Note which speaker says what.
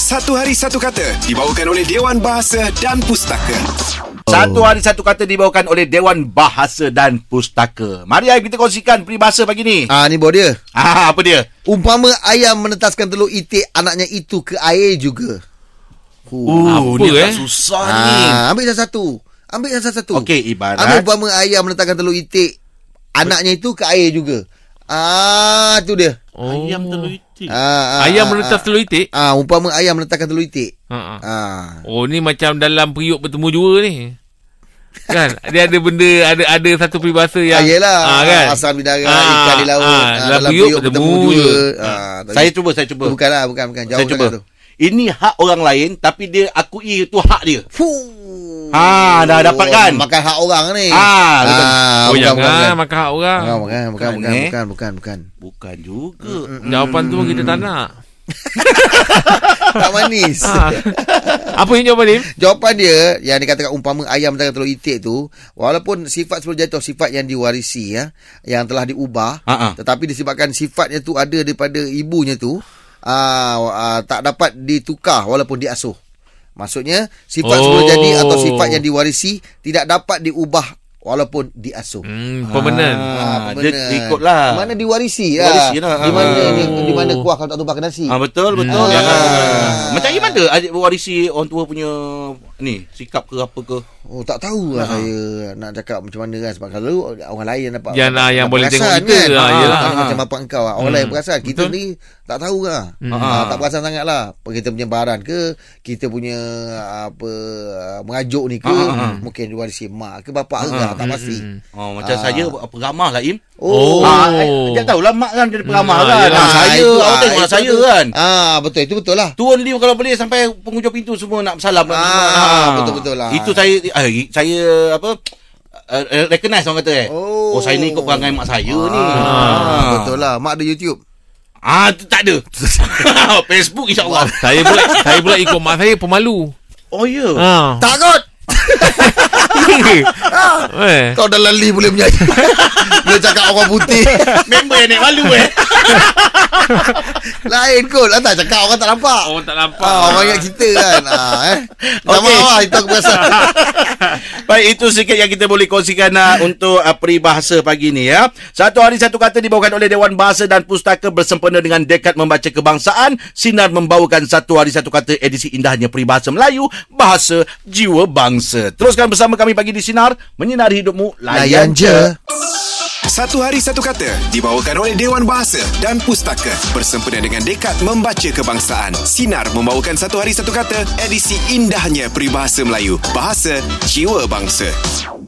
Speaker 1: Satu Hari Satu Kata dibawakan oleh Dewan Bahasa dan Pustaka.
Speaker 2: Satu hari satu kata dibawakan oleh Dewan Bahasa dan Pustaka. Mari ayah kita kongsikan peribahasa pagi ni.
Speaker 3: Ah ni bawa dia.
Speaker 2: Ah, apa dia?
Speaker 3: Umpama ayam menetaskan telur itik anaknya itu ke air juga. Huh.
Speaker 2: Oh,
Speaker 4: apa,
Speaker 2: ni
Speaker 4: eh?
Speaker 2: agak susah ni.
Speaker 3: Ah, ambil satu-satu. Ambil satu-satu.
Speaker 2: Okey, ibarat-
Speaker 3: Ambil umpama ayam menetaskan telur itik anaknya itu ke air juga. Ah tu dia.
Speaker 4: Oh.
Speaker 2: Ayam telur itik.
Speaker 3: Ah, ah,
Speaker 4: Ayam
Speaker 3: ah, ah.
Speaker 4: meletas telur itik?
Speaker 3: Ah umpama ayam menetaskan telur itik.
Speaker 4: Ha.
Speaker 2: Ya.
Speaker 3: Ah.
Speaker 4: Oh ni macam dalam periuk bertemu jua ni. Kan dia ada benda ada ada satu peribahasa yang
Speaker 3: Ah, yelah
Speaker 4: Ah, kan?
Speaker 3: Asam bidara
Speaker 4: Ah,
Speaker 3: Ikan di laut
Speaker 4: ah,
Speaker 3: Ah,
Speaker 4: dalam, periuk, bertemu, jua.
Speaker 3: Ah, tapi-
Speaker 2: Saya cuba, saya cuba.
Speaker 3: Bukan lah bukan, bukan. Jauh
Speaker 2: saya cuba.
Speaker 3: sangat tu.
Speaker 2: Ini hak orang lain tapi dia akui itu hak dia.
Speaker 3: Fuh. Oh,
Speaker 2: Ah, dah dapat kan?
Speaker 3: Makan hak orang ni.
Speaker 2: Ah, betul.
Speaker 3: ah bukan,
Speaker 4: Oh jangan
Speaker 3: bukan, bukan. Ah,
Speaker 4: makan hak orang.
Speaker 3: Bukan, bukan, bukan,
Speaker 2: Bukan,
Speaker 3: bukan,
Speaker 2: eh?
Speaker 3: bukan, bukan, bukan.
Speaker 2: Bukan juga.
Speaker 4: Jawapan tu kita
Speaker 3: Hmm.
Speaker 4: tak nak.
Speaker 3: Tak manis.
Speaker 4: Ha. Apa yang jawapan dia?
Speaker 3: Jawapan dia yang dikatakan umpama ayam dengan telur itik tu, walaupun sifat sebelum jatuh sifat yang diwarisi ya, yang telah diubah,
Speaker 2: Ha, ha.
Speaker 3: tetapi disebabkan sifatnya tu ada daripada ibunya tu, ah ah, tak dapat ditukar walaupun diasuh. Maksudnya sifat oh. sebelum
Speaker 4: Oh.
Speaker 3: jadi atau sifat yang diwarisi tidak dapat diubah walaupun diasuh.
Speaker 4: Hmm, pemenan.
Speaker 2: Ah,
Speaker 3: pemenan.
Speaker 2: dia ikutlah.
Speaker 3: Mana diwarisi lah.
Speaker 2: Diwarisi lah.
Speaker 3: Di mana
Speaker 2: Ah.
Speaker 3: ni, di mana kuah kalau tak tumpah ke nasi.
Speaker 2: Ah betul betul.
Speaker 3: Ah.
Speaker 2: Jangan. Macam gimana adik warisi orang tua punya ni sikap ke apa ke?
Speaker 3: Oh tak tahu
Speaker 2: Ah.
Speaker 3: lah saya nak cakap macam mana kan sebab kalau orang lain dapat
Speaker 4: Yang lah, yang
Speaker 3: dapat
Speaker 4: boleh
Speaker 3: perasan
Speaker 4: tengok kita lah,
Speaker 3: Ah,
Speaker 4: yelah.
Speaker 3: tak macam bapak engkau lah. Orang
Speaker 4: Hmm.
Speaker 3: lain perasan kita
Speaker 4: Betul. Hmm.
Speaker 3: ni tak tahu lah. Ah, tak perasan sangat lah. Kita punya baran ke, kita punya ah, apa mengajuk ni ke,
Speaker 2: Ah,
Speaker 3: mungkin diwarisi mak ke bapak ke lah, tak pasti.
Speaker 4: Hmm.
Speaker 2: Oh macam saya peramah lah Im.
Speaker 3: Oh.
Speaker 2: Ah, eh, dia tahulah mak kan jadi peramah
Speaker 4: Hmm,
Speaker 2: kan.
Speaker 4: ah, yelah.
Speaker 2: Ah, saya
Speaker 3: itu
Speaker 2: awak
Speaker 3: lah,
Speaker 2: tengok
Speaker 3: itu
Speaker 2: saya
Speaker 3: tu.
Speaker 2: kan.
Speaker 3: Ah betul itu betul lah.
Speaker 2: Turun lift kalau boleh sampai penghujung pintu semua nak salam
Speaker 3: Ah, betul-betul lah.
Speaker 2: Itu saya ah, saya apa uh, recognize orang kata eh.
Speaker 3: Oh.
Speaker 2: oh saya ni ikut perangai mak saya ni.
Speaker 3: Ah, betul lah. Mak ada YouTube.
Speaker 2: Ah tu tak ada. Facebook insya-Allah.
Speaker 4: Saya pula saya pula ikut mak saya pemalu.
Speaker 2: Oh ya. Yeah.
Speaker 4: Ha.
Speaker 3: Tak kot.
Speaker 4: eh.
Speaker 3: Kau dah lali boleh menyanyi. Dia cakap orang putih.
Speaker 2: Member yang naik malu eh.
Speaker 3: Lain kot lah tak cakap orang tak nampak.
Speaker 4: Orang tak nampak.
Speaker 3: Ah, orang ingat kita kan. Ah, eh. Sama
Speaker 2: Oh, Okey.
Speaker 3: okay. lah itu aku rasa.
Speaker 2: Baik itu sikit yang kita boleh kongsikan uh, untuk uh, peribahasa pagi ni ya. Satu hari satu kata dibawakan oleh Dewan Bahasa dan Pustaka bersempena dengan Dekat Membaca Kebangsaan, Sinar membawakan Satu Hari Satu Kata edisi indahnya peribahasa Melayu, bahasa jiwa bangsa. Teruskan bersama kami pagi di Sinar, menyinari hidupmu layan, je.
Speaker 1: Satu Hari Satu Kata dibawakan oleh Dewan Bahasa dan Pustaka bersempena dengan Dekat Membaca Kebangsaan. Sinar membawakan Satu Hari Satu Kata edisi indahnya peribahasa Melayu, bahasa jiwa bangsa.